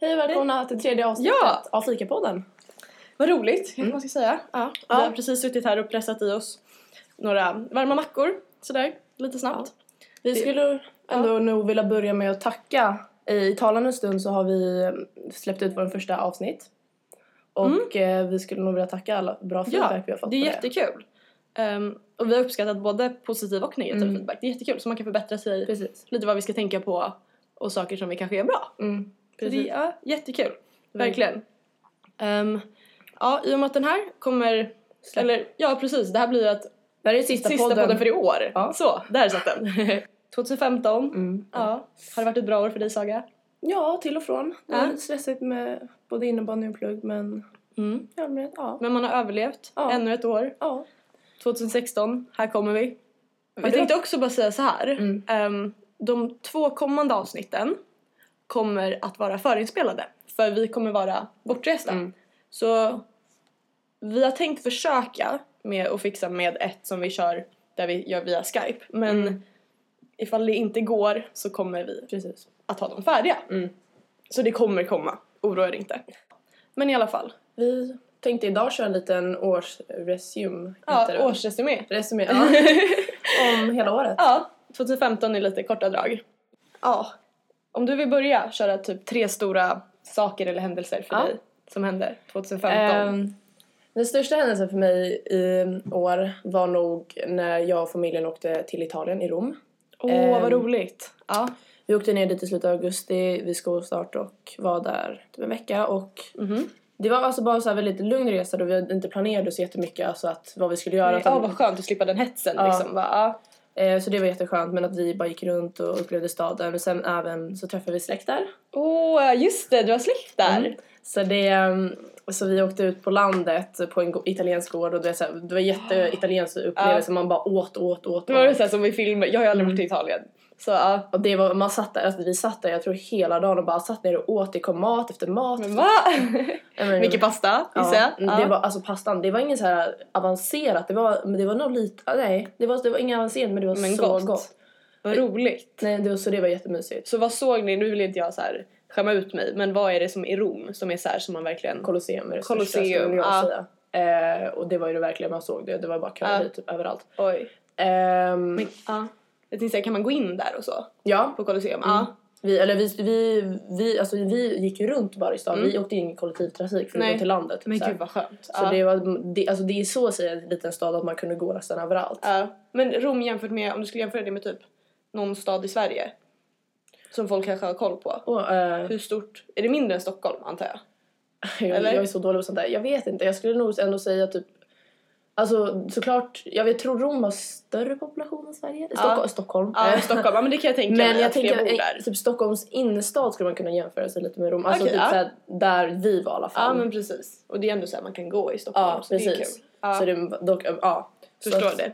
välkomna till tredje avsnittet Ja! av Fikapodden. Vad roligt, Mm. man ska säga. Ja, Ja. Vi har precis suttit här och pressat i oss några varma mackor, sådär, lite snabbt. Vi Det- skulle ändå nog vilja börja med att tacka. I talande stund så har vi eh, släppt ut vår första avsnitt. Och eh, vi skulle nog vilja tacka alla bra feedback vi har fått. Mm. det är på jättekul. Ehm, och vi har uppskattat både positiv och negativ Mm. feedback. Det är jättekul, så man kan förbättra sig Precis. lite vad vi ska tänka på och saker som vi kanske gör bra. Mm, Så precis. Det är ja, jättekul, Mm. verkligen. Ehm, ja, i och med att den här kommer... Släpp. Eller ja, precis. Det här blir att Det här är sista, sista podden, för i år. Ja. Så, där satt den. 2015. Mm. Ja. Har det varit ett bra år för dig, Saga? Ja, till och från. Det var Ja. lite stressigt med både innebandy och plugg men Mm. ja, men ja. Men man har överlevt Ja. ännu ett år. ja. 2016, här kommer vi. du- Vi tänkte också bara säga så här. Mm. Ehm, de två kommande avsnitten kommer att vara förinspelade. För vi kommer vara bortresta. Mm. Så vi har tänkt försöka med att fixa med ett som vi kör där vi gör via Skype. Men Mm. ifall det inte går så kommer vi Precis. att ha dem färdiga. Mm. Så det kommer komma, oroa er inte. Men i alla fall, Vi tänkte idag köra en liten årsresume. heter det. ja, årsresumé. Resumé, ja. Om hela året. Ja, 2015 i lite korta drag. Ja, om du vill börja köra typ tre stora saker eller händelser för Ja. dig som hände 2015. Ehm, den största händelsen för mig i år var nog när jag och familjen åkte till Italien i Rom. Åh, ehm, vad roligt. Ja. Vi åkte ner dit i slutet av augusti vid skolstart och var där typ en vecka och Mhm. det var alltså bara så här väldigt lugn resa då vi inte planerade så jättemycket alltså att vad vi skulle göra. Ja, vad skönt att slippa den hetsen alltså- Ja. liksom. Bara, ja. Eh, så det var jätteskönt men att vi bara gick runt och upplevde staden men sen även så träffade vi släkt där. Åh, just det, du har släkt där. Mm. Så, det, ehm, så vi åkte ut på landet på en go- italiensk gård och det, var så här, det var jätteitaliensk upplevelse. Man bara åt, åt, åt. Det var det åt. så här som i filmer, jag har ju aldrig Mm. varit i Italien. Så ja. Och det var, man satt där, alltså vi satt där jag tror hela dagen och bara satt ner och åt. Det kom mat efter mat. Men va? Jag menar, Mm, Mycket pasta gissar ja, jag. mm, det var alltså pastan. Det var inget så här avancerat. Det var, men det var nog lite, ah, nej det var, det var inget avancerat men det var Men så gott. gott. Vad roligt. Nej, det var, så det var jättemysigt. Så vad såg ni, nu vill inte jag så här skämma ut mig, men vad är det som i Rom som är så här som man verkligen... Colosseum är det Colosseum, största skulle jag ja. säga. Eh, och det var ju det verkligen man såg det. Det var bara köer Ja. dit, typ överallt. Oj. Ehm, Men, ja. Jag tänkte säga, kan man gå in där och så? ja, På Colosseum? Mm. Ja. Vi, eller vi, vi, vi, alltså vi gick ju runt bara i stan. Mm. Vi åkte in i kollektivtrafik för att Nej. gå till landet. typ Men så här. gud vad skönt. så ja. det, var, det, alltså det är så att säga en liten stad att man kunde gå nästan överallt. Ja. Men Rom jämfört med, om du skulle jämföra det med typ någon stad i Sverige som folk kanske har koll på. Och, eh, Hur stort? Är det mindre än Stockholm antar jag? jag, Eller? jag är så dålig på sånt där. Jag vet inte. Jag skulle nog ändå säga typ... Alltså såklart, jag vet, tror Rom har större population än Sverige. Stockhol- Stockholm. Ja, Eh, Stockholm. Ja, men det kan jag tänka Men mig jag att fler tänker bor att eh, där. typ Stockholms innerstad skulle man kunna jämföra sig lite med Rom. Alltså Okej, typ ja. såhär, där vi var i alla fall. Ja, men precis. Och det är ändå så här man kan gå i Stockholm. ja så det är precis. kul. Ja, Så det, dock, ja. Så förstår att- det.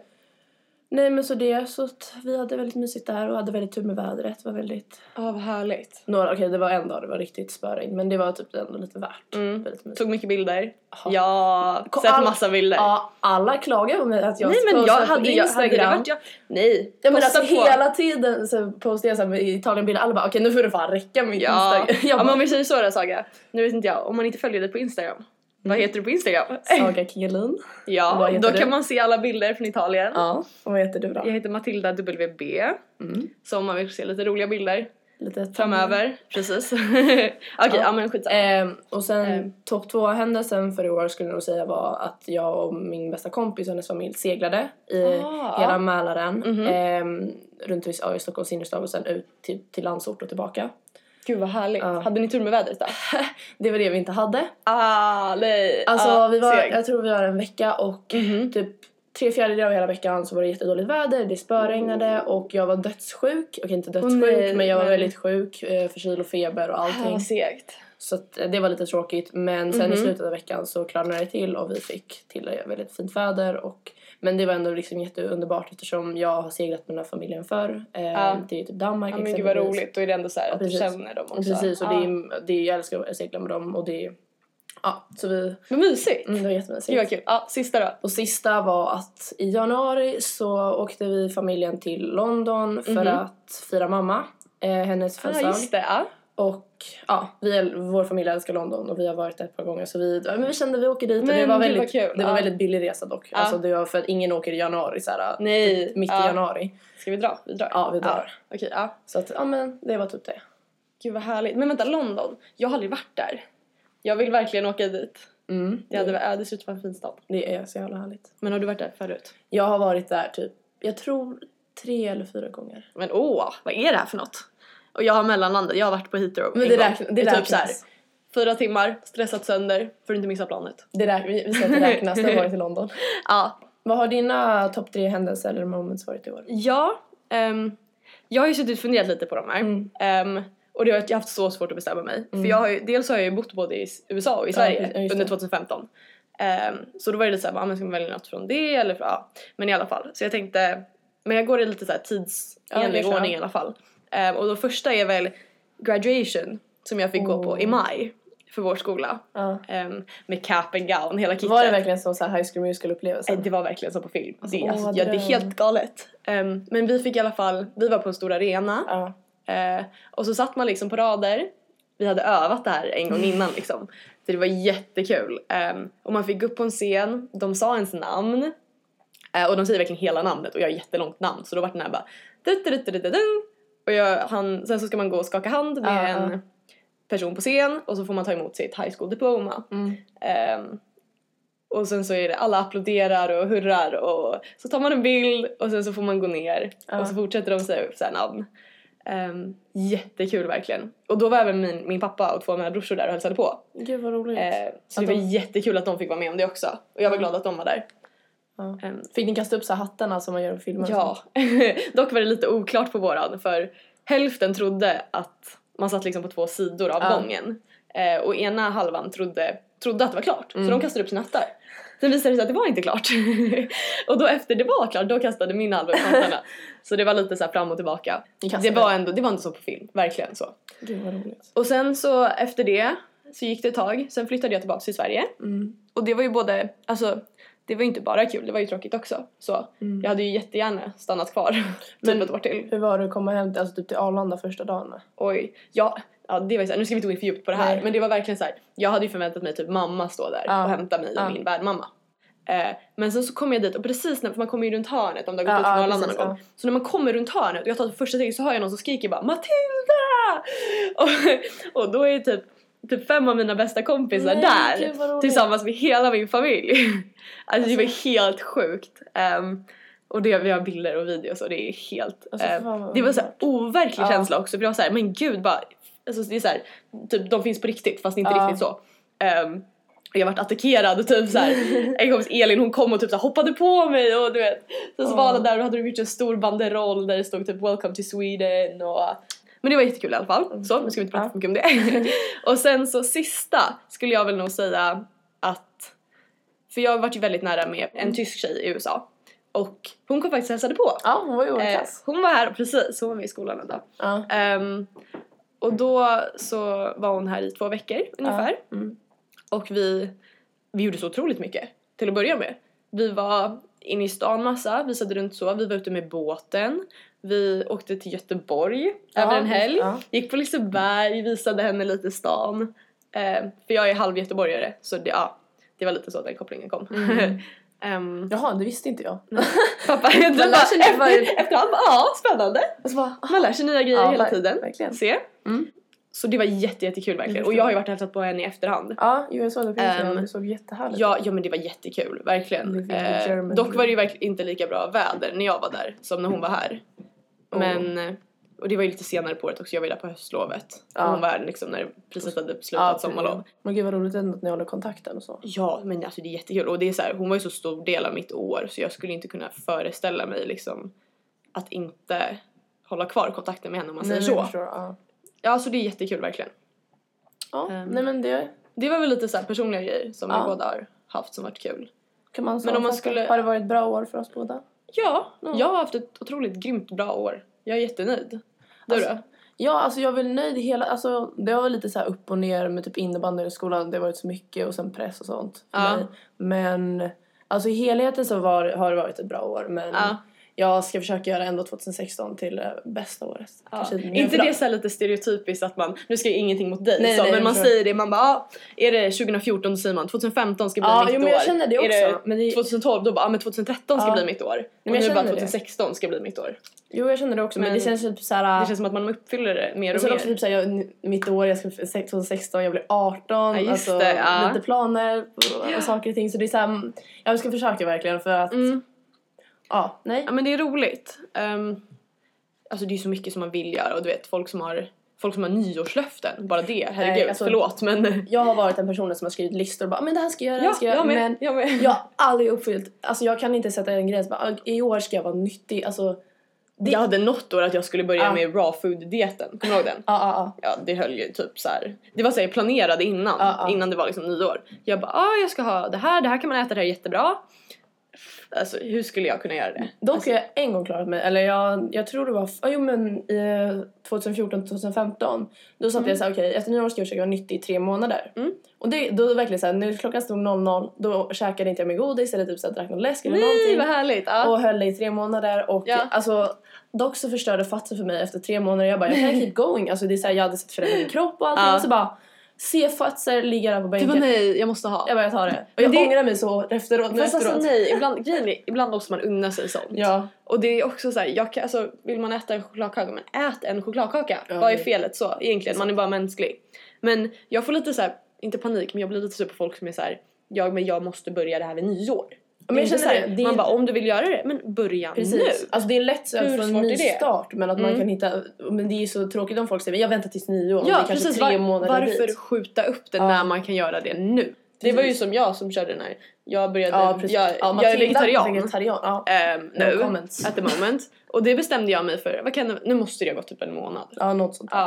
Nej men så det, så att vi hade väldigt mysigt där och hade väldigt tur med vädret. Det var väldigt... Ja, vad härligt. Några, okej det var en dag det var riktigt spöregn men det var typ ändå lite värt. Mm. Väldigt mysigt. Tog mycket bilder. Ja. Ja, Ko- sett all- massa bilder. Ja, alla klagar på mig att jag Nej men postar jag hade, på jag, hade det Instagram. varit jag... Nej, Ja men posta alltså hela tiden så postar jag såhär med Italienbilder, alla bara okej nu får det fan räcka med Ja, Instagram. ja Jag men bara, om vi säger så då Saga. Nu vet inte jag, om man inte följer dig på Instagram. Vad heter du på Instagram? Saga Kingelin. vad Mm. ja, heter då du? kan man se alla bilder från Italien. Ja. Och vad heter du då? Jag heter Matilda WB. Mm. Så om man vill se lite roliga bilder Lite framöver. Mm. Precis. Okej, ja. Ja. men skitsamma. Ehm, och sen Ehm. topp två händelsen för i år skulle jag nog säga var att jag och min bästa kompis och hennes familj seglade i Ah. hela Mälaren Mhm. ehm, runt i, ja, i Stockholms innerstad och sen ut till, till landsort och tillbaka. Gud vad härligt. Ja. Hade ni tur med vädret då? Det var det vi inte hade. Ah, nej. Alltså Ah, vi var, seg. jag tror vi var en vecka och Mhm. typ tre fjärdedelar av hela veckan så var det jättedåligt väder, det spöregnade och jag var dödssjuk. Okej inte dödssjuk Mm. nej, men jag var nej. väldigt sjuk, eh, förkyld och feber och Ah, allting. vad segt. Så att eh, det var lite tråkigt men sen Mhm. i slutet av veckan så klarnade det till och vi fick till eh, väldigt fint väder och men det var ändå liksom jätteunderbart eftersom jag har seglat med den här familjen förr. Eh, Ja. Det är typ Danmark Ja, men gud vad exempelvis. roligt. Då är det ändå så här att du precis. känner dem också. Precis och det Ah. är, det är, jag älskar att segla med dem och det är, ja så vi, Vad mysigt. mm, det var Gud vad jättemysigt. kul. Ja, sista då. Och sista var att i januari så åkte vi familjen till London för Mhm. att fira mamma, eh, hennes Ah, födelsedag. just det. Ja. Och ja, vi, äl- vår familj älskar London och vi har varit där ett par gånger så vi, ja, men vi kände att vi åker dit och det Men var gud, vad väldigt, kul. det var Ja. väldigt billig resa dock. Ja. Alltså det var för att ingen åker i januari så här, typ Nej. mitt ja. i januari. Ska vi dra? Vi drar. Ja, vi drar. Ja. Okej, ja. Så att ja men det var typ det. Gud vad härligt. Men vänta, London. Jag har aldrig varit där. Jag vill verkligen åka dit. Mm. Det, hade, ja, det ser ut som en fin stad. det är så jävla härligt. Men har du varit där förut? Jag har varit där typ, jag tror tre eller fyra gånger. Men åh, vad är det här för något? Och jag har mellanlandat. Jag har varit på Heathrow Men en det, gång. räkn- det är räknas. typ så här, fyra timmar, stressat sönder för att inte missa planet. Det räk- vi, vi säger att det räknas, det har varit i London. Ja. Vad har dina topp tre händelser eller moments varit i år? Ja. ehm, jag har ju suttit och funderat lite på de här. Mm. Ehm, och det har jag jag har haft så svårt att bestämma mig. För jag har ju, dels har jag ju bott både i s- USA och i Sverige precis. Mm. Ja, just under det. 2015. Ehm, så då var det lite såhär, ah, men ska man välja något från det eller från, ja. Men i alla fall. Så jag tänkte, men jag går i lite såhär tidsenlig Ja, det är ordning i alla fall. Ehm, och då första är väl graduation som jag fick gå på i Oh. maj för vår skola. Ja. Ehm, med cap and gown, hela kittet. Var det verkligen som så här high school musical upplevelse? Eh, Det var verkligen som på film. det, åh, alltså, vad ja, det är dröm. helt galet. Ehm, men vi fick i alla fall, vi var på en stor arena. Ja. Eh, och så satt man liksom på rader. Vi hade övat det här en Mm. gång innan liksom. Så det var jättekul. Ehm, och man fick gå upp på en scen, de sa ens namn. Eh, och de säger verkligen hela namnet och jag har jättelångt namn så då vart den här bara... "Dut, dut, dut, dut, dun." Och jag, han, sen så ska man gå och skaka hand med Ja, en ja. person på scen och så får man ta emot sitt high school diploma. Mm. Ehm, och sen så är det alla applåderar och hurrar och så tar man en bild och sen så får man gå ner Ja. och så fortsätter de säga upp sina namn. Ehm, jättekul verkligen. Och då var även min, min pappa och två av mina brorsor där och hälsade på. Gud vad roligt. Ehm, så Att det var de- jättekul att de fick vara med om det också. Och jag var Mm. glad att de var där. Ja. Ehm, Fick ni kasta upp så här hattarna som man gör i filmer? och ja, dock var det lite oklart på våran för hälften trodde att man satt liksom på två sidor av Ja. gången. Eh, och ena halvan trodde, trodde att det var klart, Mm. så de kastade upp sina hattar. Sen visade det sig att det var inte klart. och då efter det var klart, då kastade min halva upp hattarna. så det var lite så här fram och tillbaka. Ni kastade Det var, ändå, det var inte så på film, verkligen så. sånt? Gud vad roligt. Och sen så efter det så gick det ett tag, sen flyttade jag tillbaka till Sverige. Mm. Och det var ju både, alltså det var ju inte bara kul, det var ju tråkigt också. Så Mm. jag hade ju jättegärna stannat kvar typ Men- ett år till. Hur var det att komma hem till, alltså typ till Arlanda första dagen? Oj, ja, ja det var ju såhär, nu ska vi inte gå in för djupt på det här. Nej. Men det var verkligen så här. jag hade ju förväntat mig typ mamma stå där Ja. och hämta mig och Ja. min värdmamma. Eh, men sen så kom jag dit och precis när, för man kommer ju runt hörnet om det har gått Ja, ut från ja, Arlanda någon precis, gång. Så när man kommer runt hörnet och jag tar första steget så hör jag någon som skriker bara Matilda! Och, och då är typ, typ fem av mina bästa kompisar Nej, där. gud, vad roligt. Tillsammans med hela min familj. Alltså, det var helt sjukt. Ehm, och det, vi har bilder och videos och det är helt... Alltså, ehm, fan vad det var så här overklig Ja. känsla också för jag var så här, men gud bara... Alltså det är så här, typ de finns på riktigt fast inte Ja. riktigt så. Ehm, och jag vart attackerad och typ så här, en kompis Elin hon kom och typ så här, hoppade på mig och du vet. Sen så Åh. var alla där och hade de gjort en stor banderoll där det stod typ welcome to Sweden och men det var jättekul i alla fall. Så nu ska vi inte prata Ja. för mycket om det. och sen så sista skulle jag väl nog säga att för jag har varit ju väldigt nära med Mm. en tysk tjej i USA och hon kom faktiskt och hälsade på. Ja, hon var ju i vår Eh, klass. hon var här precis, hon var med i skolan en dag. Eh, Ja. Ehm, och då så var hon här i två veckor ungefär. Ja. Mm. Och vi, vi gjorde så otroligt mycket till att börja med. Vi var inne i stan massa, visade runt så, vi var ute med båten. Vi åkte till Göteborg Ja, över en helg. ja. Gick på Liseberg, visade henne lite stan. Ehm, för jag är halv göteborgare så det, ja, det var lite så den kopplingen kom. Mm. Ehm, Jaha, det visste inte jag. pappa, du lär bara, sig lite varje- efter, efterhand bara, ja spännande. Och så bara, ah, Man lär sig nya Alltså, grejer Ja, hela ver- tiden. verkligen. Se. Mm. Så det var jätte, jättekul verkligen. Och jag har ju varit och hälsat på henne i efterhand. Ja, jo, jag såg det på Instagram. Ehm, det såg jättehärligt Ja, ja men det var jättekul, verkligen. Living the Eh, German dock dream. var det ju verkligen inte lika bra väder när jag var där som när hon var här. Oh. Men, eh, och det var ju lite senare på året också, jag var ju där på höstlovet. Ja. typ. Och hon var här liksom när det precis hade slutat sommarlov. Men gud vad roligt ändå att ni håller kontakten och så. Ja, men alltså det är jättekul. Och det är så här, hon var ju så stor del av mitt år så jag skulle inte kunna föreställa mig liksom att inte hålla kvar kontakten med henne om man säger men så. jag förstår, ja. Ja, så det är jättekul verkligen. Ja, Ehm. nej men det Det var väl lite så här personliga grejer som Ja. vi båda har haft som varit kul. kan man Men om man sammanfatta. skulle- Har det varit ett bra år för oss båda? Ja, Mm. jag har haft ett otroligt grymt bra år. Jag är jättenöjd. Du Alltså- då? Ja, alltså jag är väl nöjd i hela, alltså det har varit lite så här upp och ner med typ innebandyn i skolan, det har varit så mycket och sen press och sånt. för Ja. mig. Men alltså i helheten så var, har det varit ett bra år men Ja. Jag ska försöka göra ändå 2016 till eh, bästa året. Ja. Kanske nu Inte för det dem. så här lite stereotypiskt att man, nu ska jag ingenting mot dig Nej, så, nej, men man exakt. säger det, man bara ah, är det 2014 då säger man 2015 ska bli Ja, mitt jo, år. men jag känner det också. Är det men det, 2012 då bara ah, men 2013 ska Ja. bli mitt år. men och jag nu bara känner det. 2016 ska bli mitt år. jo, jag känner det också. Men, Men- det känns typ såhär... Det känns som att man uppfyller det mer Och och sen mer. också typ såhär, jag, mitt år, jag ska, 2016, jag blir 18. Ja, just alltså, det, ja. Lite planer och, och saker och ting. Så det är såhär, jag ska försöka verkligen för att, Mm. ja, nej. Ja men det är roligt. Ehm, alltså det är ju så mycket som man vill göra och du vet folk som har, folk som har nyårslöften, bara det, herregud, alltså- förlåt men. Jag har varit den personen som har skrivit listor och bara, men det här ska jag göra, det här ska jag göra. men jag med. jag har aldrig uppfyllt, alltså jag kan inte sätta en gräns, bara, i år ska jag vara nyttig, alltså. Det- Jag hade något år att jag skulle börja Ja. med raw food-dieten, kommer du ihåg den? Ja, ja, ja. Ja, det höll ju typ så här. Det var så här, jag planerade innan, Ja, ja. innan det var liksom nyår. Jag bara, ah, jag ska ha det här, det här kan man äta, det här är jättebra. Alltså hur skulle jag kunna göra det? Dock har jag en gång klarat mig, eller jag, jag tror det var, ah, jo men i 2014-2015 då satt jag såhär okej efter nyår ska jag försöka vara nyttig i tre månader. Mm. Och det, då var det verkligen såhär, när klockan stod 00 då käkade inte jag med godis eller typ såhär drack någon läsk eller Nej, vad någonting. härligt! Ja. Och höll det i tre månader och Ja. alltså dock så förstörde Fatsy för mig efter tre månader. Jag bara jag kan keep going. Alltså det är såhär jag hade sett förändra min kropp och allting Ja. och så bara se Fatsy ligga där på Du bara bänken. nej, jag måste ha. Jag bara jag tar det. Och jag det- ångrar mig så efteråt. nu Fast alltså efteråt. nej, ibland, grejen är, ibland måste man unna sig sånt. Ja. Och det är också så här, jag kan, alltså, vill man äta en chokladkaka, men ät en chokladkaka. Ja, Vad är det- felet så egentligen? Man är bara mänsklig. Men jag får lite så här, inte panik, men jag blir lite sur på folk som är så här, jag, men jag måste börja det här vid nyår. Men Det är jag inte känner så här, det, det är- Man bara, om du vill göra det, men börja Precis. nu. Alltså det är lätt att Hur få en svårt är ny det? start men att Mm. man kan hitta, men det är ju så tråkigt om folk säger men jag väntar tills nyår och det Ja, är kanske precis. tre Var, månader varför dit. skjuta upp det Ja. när man kan göra det nu? Det var ju Precis. som jag som körde den här. Jag började, Ja, precis. jag, ja, jag är Matilda, vegetarian. vegetarian. Ja. ehm, No nu, comments. at the moment. Och det bestämde jag mig för, vad kan, det- nu måste det ha gått typ en månad. ja, något sånt. där.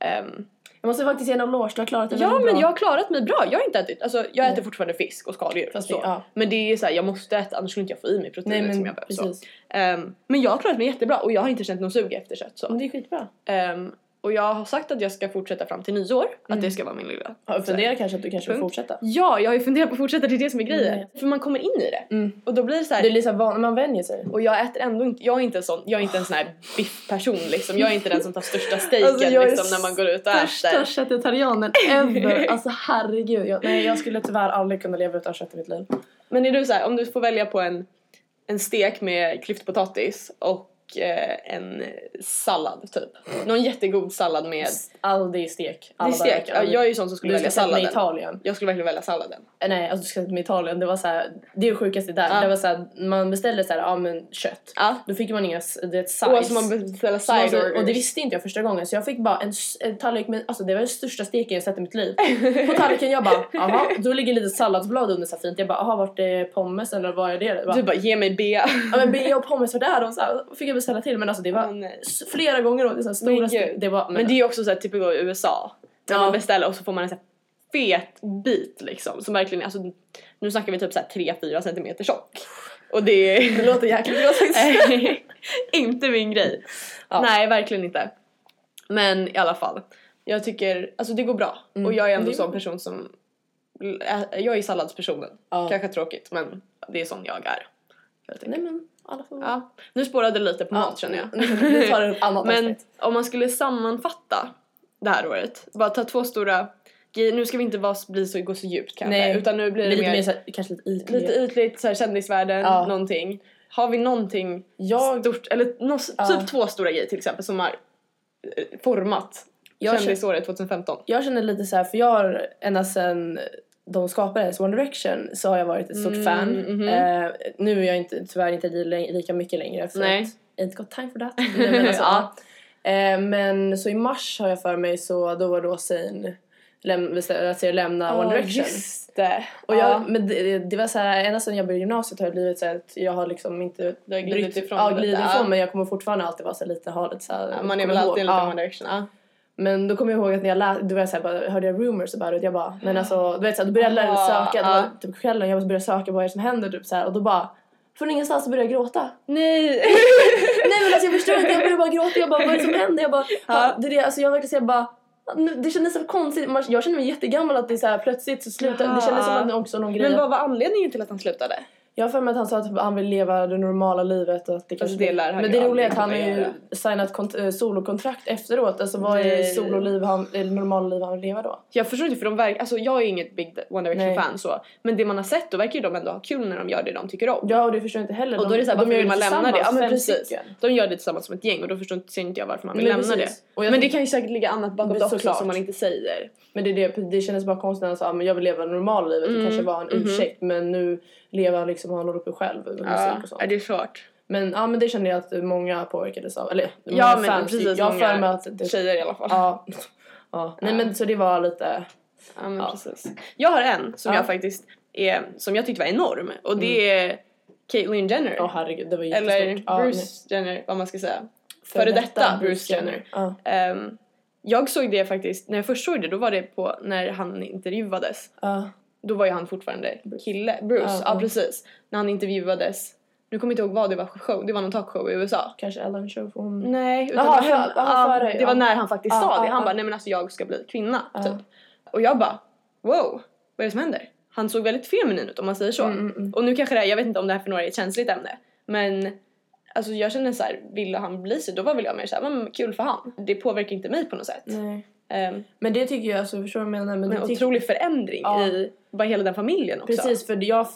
Ja. ehm, Jag måste faktiskt ge en eloge, du har klarat det Ja väldigt men bra. jag har klarat mig bra, jag har inte ätit, alltså jag äter Nej. fortfarande fisk och skaldjur. Fast det, så. ja. Men det är ju såhär, jag måste äta annars skulle inte jag få i mig proteinet typ Nej som men jag behöver. Så. precis. Ehm, men jag har klarat mig jättebra och jag har inte känt någon sug efter kött så. Men det är skitbra. Ehm, och jag har sagt att jag ska fortsätta fram till nyår, att Mm. det ska vara min lilla. Har du funderat kanske att du kanske vill Punkt. fortsätta? Ja, jag har ju funderat på att fortsätta, det är det som är grejen. Mm. För man kommer in i det Mm. och då blir det så här. Det är liksom van, man vänjer sig. och jag äter ändå inte, jag är inte en sån, jag är inte en sån här biffperson liksom. Jag är inte den som tar största steken Alltså, jag är liksom när man går ut och äter. köttetarianen Alltså herregud. Jag, nej jag skulle tyvärr aldrig kunna leva utan kött i mitt liv. Men är du så här, om du får välja på en, en stek med klyftpotatis och eh, en sallad typ. Någon jättegod sallad med... Alltså det är stek. Det är Alla dagar i stek. veckan. Ja, jag är ju sån som skulle Du välja ska sätta mig i salladen. Italien. Jag skulle verkligen välja salladen. Eh, Nej, alltså du ska till Italien. Det var så här, det är det sjukaste där. Ja. Det var så här, man beställde så här, ja men kött. Ja. Då fick man inga, s- det är ett size. Och så man beställer Så man side så- orders. och det visste inte jag första gången så jag fick bara en, s- en tallrik med, alltså det var den största steken jag sett i mitt liv. På tallriken jag bara, aha, då ligger lite salladsblad under så här fint. Jag bara, aha vart är pommes eller vad är det? Jag Bara, Du bara ge mig B. ja men bea och pommes vart är de? Så här, fick jag beställa till men alltså det var Åh, nej. s- flera gånger då, det är så här Men stora gud. steg. Det var, men, Men det är ju också så här typ i USA. När Ja. man beställer och så får man en så här fet bit liksom. Som verkligen, alltså nu snackar vi typ så här 3-4 centimeter tjock. Och det, det låter jäkligt gott. Eh, inte min grej. Ja. Nej, verkligen inte. Men i alla fall. Jag tycker, alltså det går bra. Mm. Och jag är ändå Det sån går person som, ä- jag är salladspersonen. Ja. Kanske tråkigt men det är sån jag är. helt enkelt. Nej men alla får Ja. Nu spårade det lite på mat känner jag. Nu tar det ett annat Men avsnitt. om man skulle sammanfatta det här året. Bara ta två stora grejer. Nu ska vi inte vara, bli så, gå så djupt kanske. Nej. Utan nu blir Det det, är lite mer mer, så här, kanske lite ytligare. lite ytligt, så här, kändisvärlden, Ja. någonting. Har vi någonting Jag stort, eller nå- typ Ja. två stora grejer till exempel som har eh, format Jag kändisåret 2015. jag känner lite så här, för jag har ända sedan de skapades One Direction så har jag varit ett stort Mm, fan. mhm. Eh, nu är jag inte, tyvärr inte li- li- lika mycket längre för Nej. att jag inte got time for that. Nej, men, alltså, Ja. eh, men så i mars har jag för mig så då var då Zayn läm- bestämde sig att lämna One Direction. Just det. Och jag, men det, det var så här, ända sedan jag började gymnasiet har jag blivit så här att jag har liksom inte Du har glidit brytt- ifrån ja, det lite, glidit ja. ifrån men jag kommer fortfarande alltid vara så här lite, ha lite så här, man är kommer väl alltid en ihåg- liten ja. One Direction. Ja. Men då kommer jag ihåg att när jag läste, då var jag så här, bara, hörde jag rumors about it. Jag bara, men alltså, du vet så här, då började jag Ah, söka, det ah. var typ kvällen, jag började söka vad är det som händer typ så här, och då bara från ingenstans så började jag gråta. Nej! Nej men alltså jag förstår inte, jag började bara gråta. Jag bara, vad är det som händer? Jag bara, Ja. ja. det är det, alltså jag verkligen så jag bara nu- det kändes så konstigt, Man- jag känner mig jättegammal att det är så här, plötsligt så slutar, det kändes som att det också är någon grej. Men vad var anledningen till att han slutade? Jag har för mig att han sa att han vill leva det normala livet och att det kanske det lär han Men ju det roliga är att han har aldrig ju kunna signat kont- eh, solokontrakt efteråt. Alltså vad är Nej. sololiv han, eller normala liv han vill leva då? Jag förstår inte för de verkar, alltså jag är inget Big One Nej. Direction-fan så. Men det man har sett då verkar ju de ändå ha kul när de gör det de tycker om. Ja och det förstår jag inte heller. Och då är det såhär, varför gör vill man lämna det? Ja tillsammans, men fem precis. stycken. De gör det tillsammans som ett gäng och då förstår inte, ser inte jag varför man vill Nej, lämna precis. Och det. jag Men det tänker- kan ju säkert ligga annat bakom Men det också såklart. som man inte säger. Men det, är det, det kändes bara konstigt när han sa att jag vill leva det normala livet. Det Mm. kanske var en Mhm. ursäkt men nu lever han liksom, han håller uppe själv med musik och sånt. är det är svårt. Men, ja, men det kände jag att många påverkades av. Eller många Ja, men fans. typ. precis, jag har typ, många för mig att det, Tjejer i alla fall. ja, ja. Nej Ja. men så det var lite... Ja, men Ja. precis. Jag har en som Ja. Mm. jag faktiskt är, som jag tyckte var enorm och det är Caitlyn Jenner. Åh herregud det var jättestort. eller Ja, nej. Bruce Jenner, vad man ska säga. före detta Bruce Jenner. Ja. Ehm, jag såg det faktiskt, när jag först såg det då var det på när han intervjuades. Ja. Då var ju han fortfarande kille, Bruce, Ja, ja, ja. precis. När han intervjuades, nu kommer jag inte ihåg vad det var för show, det var någon talkshow i USA. Kanske Ellen Show för hon... Nej, utan Jaha, det, var, för- jaha, ja, före, det ja. var när han faktiskt Ja, sa det. ja, Han ja. bara, nej men alltså jag ska bli kvinna, Ja. typ. Och jag bara, wow, vad är det som händer? Han såg väldigt feminin ut om man säger så. Mm, mm, mm. Och nu kanske det är, jag vet inte om det här för några är ett känsligt ämne. Men alltså jag känner så här, ville han bli så, då var väl jag mer såhär, men kul för han. Det påverkar inte mig på något sätt. Nej. Ehm, Men det tycker jag, alltså jag förstår vad du menar. Men, men det tycker- otrolig förändring Ja. i bara hela den familjen också. Precis, för jag,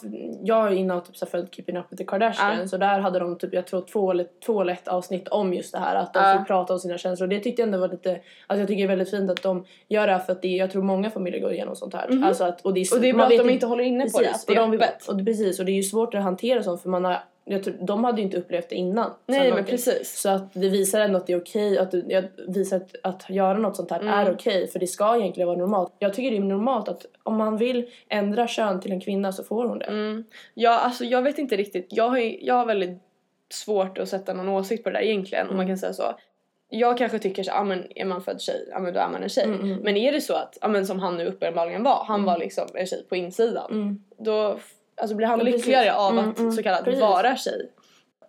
jag har ju innan typ så här följt Keeping Up With The Kardashians Ja. så där hade de typ, jag tror två eller, två eller ett avsnitt om just det här att de Ja. fick prata om sina känslor och det tyckte jag ändå var lite, alltså jag tycker det är väldigt fint att de gör det här för att det, är- jag tror många familjer går igenom sånt här. Mhm. Alltså att, och, det är, Och det är man bra att vet de inte håller inne på det, precis, att det är och de, öppet. och, det- Precis, och det är ju svårt att hantera sånt för man har, jag tror, de hade ju inte upplevt det innan. Så Nej men någonting. precis. Så att det visar ändå att det är okej, att, du- jag visar att, att göra något sånt här Mm. är okej för det ska egentligen vara normalt. Jag tycker det är normalt att om man vill ändra kön till en kvinna så får hon det. Mm. Ja alltså jag vet inte riktigt, jag har, ju- jag har väldigt svårt att sätta någon åsikt på det där egentligen om man Mm. kan säga så. Jag kanske tycker så, ah, men är man född tjej, ja men då är man en tjej. Mm, mm. Men är det så att, ja men som han nu uppenbarligen var, han Mm. var liksom en tjej på insidan. Mm. Då f- alltså blir han Ja, precis. lyckligare av Mm, att mm, så kallat precis. vara tjej.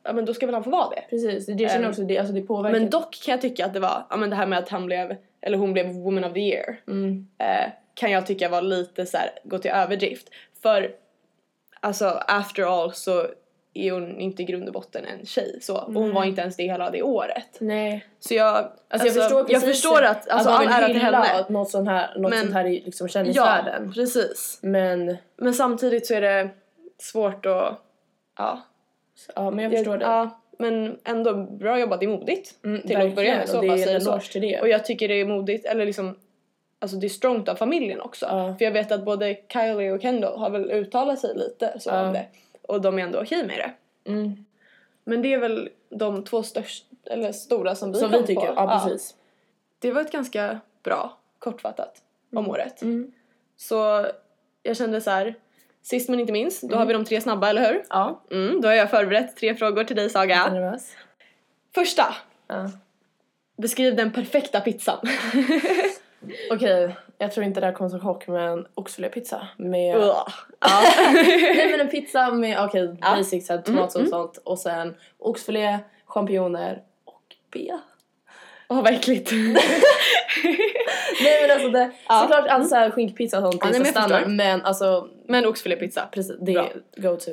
Ja men då ska väl han få vara det. Precis, det känner jag också, det, alltså det påverkar. Men dock kan jag tycka att det var, ja men det här med att han blev, eller hon blev woman of the year. mm. eh, kan jag tycka var lite så här, gå till överdrift. För alltså after all så är hon inte i grund och botten en tjej så. Och hon Nej. var inte ens det hela det året. Nej. Så jag, alltså, Mm. Alltså, jag förstår jag precis förstår att alltså, man all vill ära till hylla henne. att något sånt här, något Men- sånt här i liksom Ja, kändisvärlden. precis. Men, Men samtidigt så är det svårt att, ja. ja, men jag förstår det. Ja, men ändå bra jobbat, det är modigt. Mm, till att börja verkligen, med, så och bara det är säger en så. eloge till det. Och jag tycker det är modigt, eller liksom Alltså det är strongt av familjen också. Ja. För jag vet att både Kylie och Kendall har väl uttalat sig lite så Ja. om det. Och de är ändå okej med det. Mm. Men det är väl de två störst, eller stora som vi Som kom vi tycker, på. ja precis. Det var ett ganska bra kortfattat om året. Mm. Så jag kände så här. sist men inte minst, då Mm. har vi de tre snabba, eller hur? Ja, Mm, då har jag förberett tre frågor till dig Saga. är du nervös? Första, Ja. beskriv den perfekta pizzan. Okej, jag tror inte det här kommer som chock men oxfilépizza med... Ja. Nej men en pizza med, okej, Ja. Mm, basic såhär, tomatsås och sånt och sen oxfilé, champinjoner och bea. Åh vad äckligt. Nej men alltså det, Ja. Mm. såklart alltså såhär skinkpizza och sånt Ja, är nej, så men jag förstår. standard men alltså Men oxfilépizza. precis, det Bra. är go to.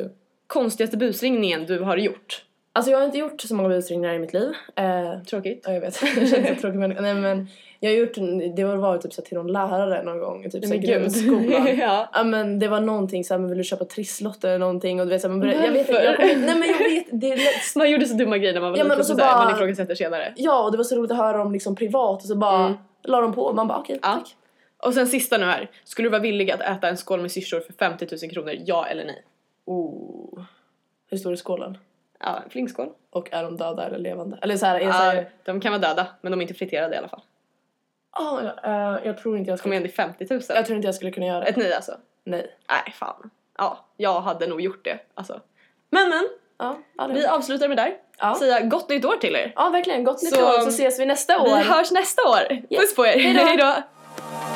Konstigaste busringningen du har gjort. Alltså jag har inte gjort så många busringningar i mitt liv. Eh, Tråkigt. Ja, jag vet. Jag känns så tråkig människa. Nej men jag har gjort, en- det har varit typ så här till någon lärare någon gång, typ så här grundskolan. ja. Ja men det var någonting såhär, men vill du köpa trisslotter eller någonting och du vet såhär, man började, jag vet inte, Varför? jag kommer, inte- nej men jag vet, det är lätt Man gjorde så dumma grejer när man var Ja, men liten och så så såhär, bara- man ifrågasätter senare. Ja, och det var så roligt att höra om liksom privat och så bara Mm. la de på. Man bara okej, Ja. tack. Och sen sista nu här. Skulle du vara villig att äta en skål med syrsor för 50 000 kronor? Ja eller nej? Oh. Hur stor är skålen? Ja, en flingskål. Och är de döda eller levande? Eller så här, är det så Ja, här, de kan vara döda, men de är inte friterade i alla fall. "Ah, ja, eh, jag tror inte jag Kom skulle, igen, det är 50 000. jag tror inte jag skulle kunna göra det. Ett nej alltså? Nej. Nej, fan. Ja, jag hade nog gjort det. Alltså. Men men, Ja, ja, det- vi avslutar med det där. Ja. Säga gott nytt år till er. ja verkligen. Gott nytt Så- år så ses vi nästa år. Vi hörs nästa år. Yes. Puss på er. Hej då. Hej då.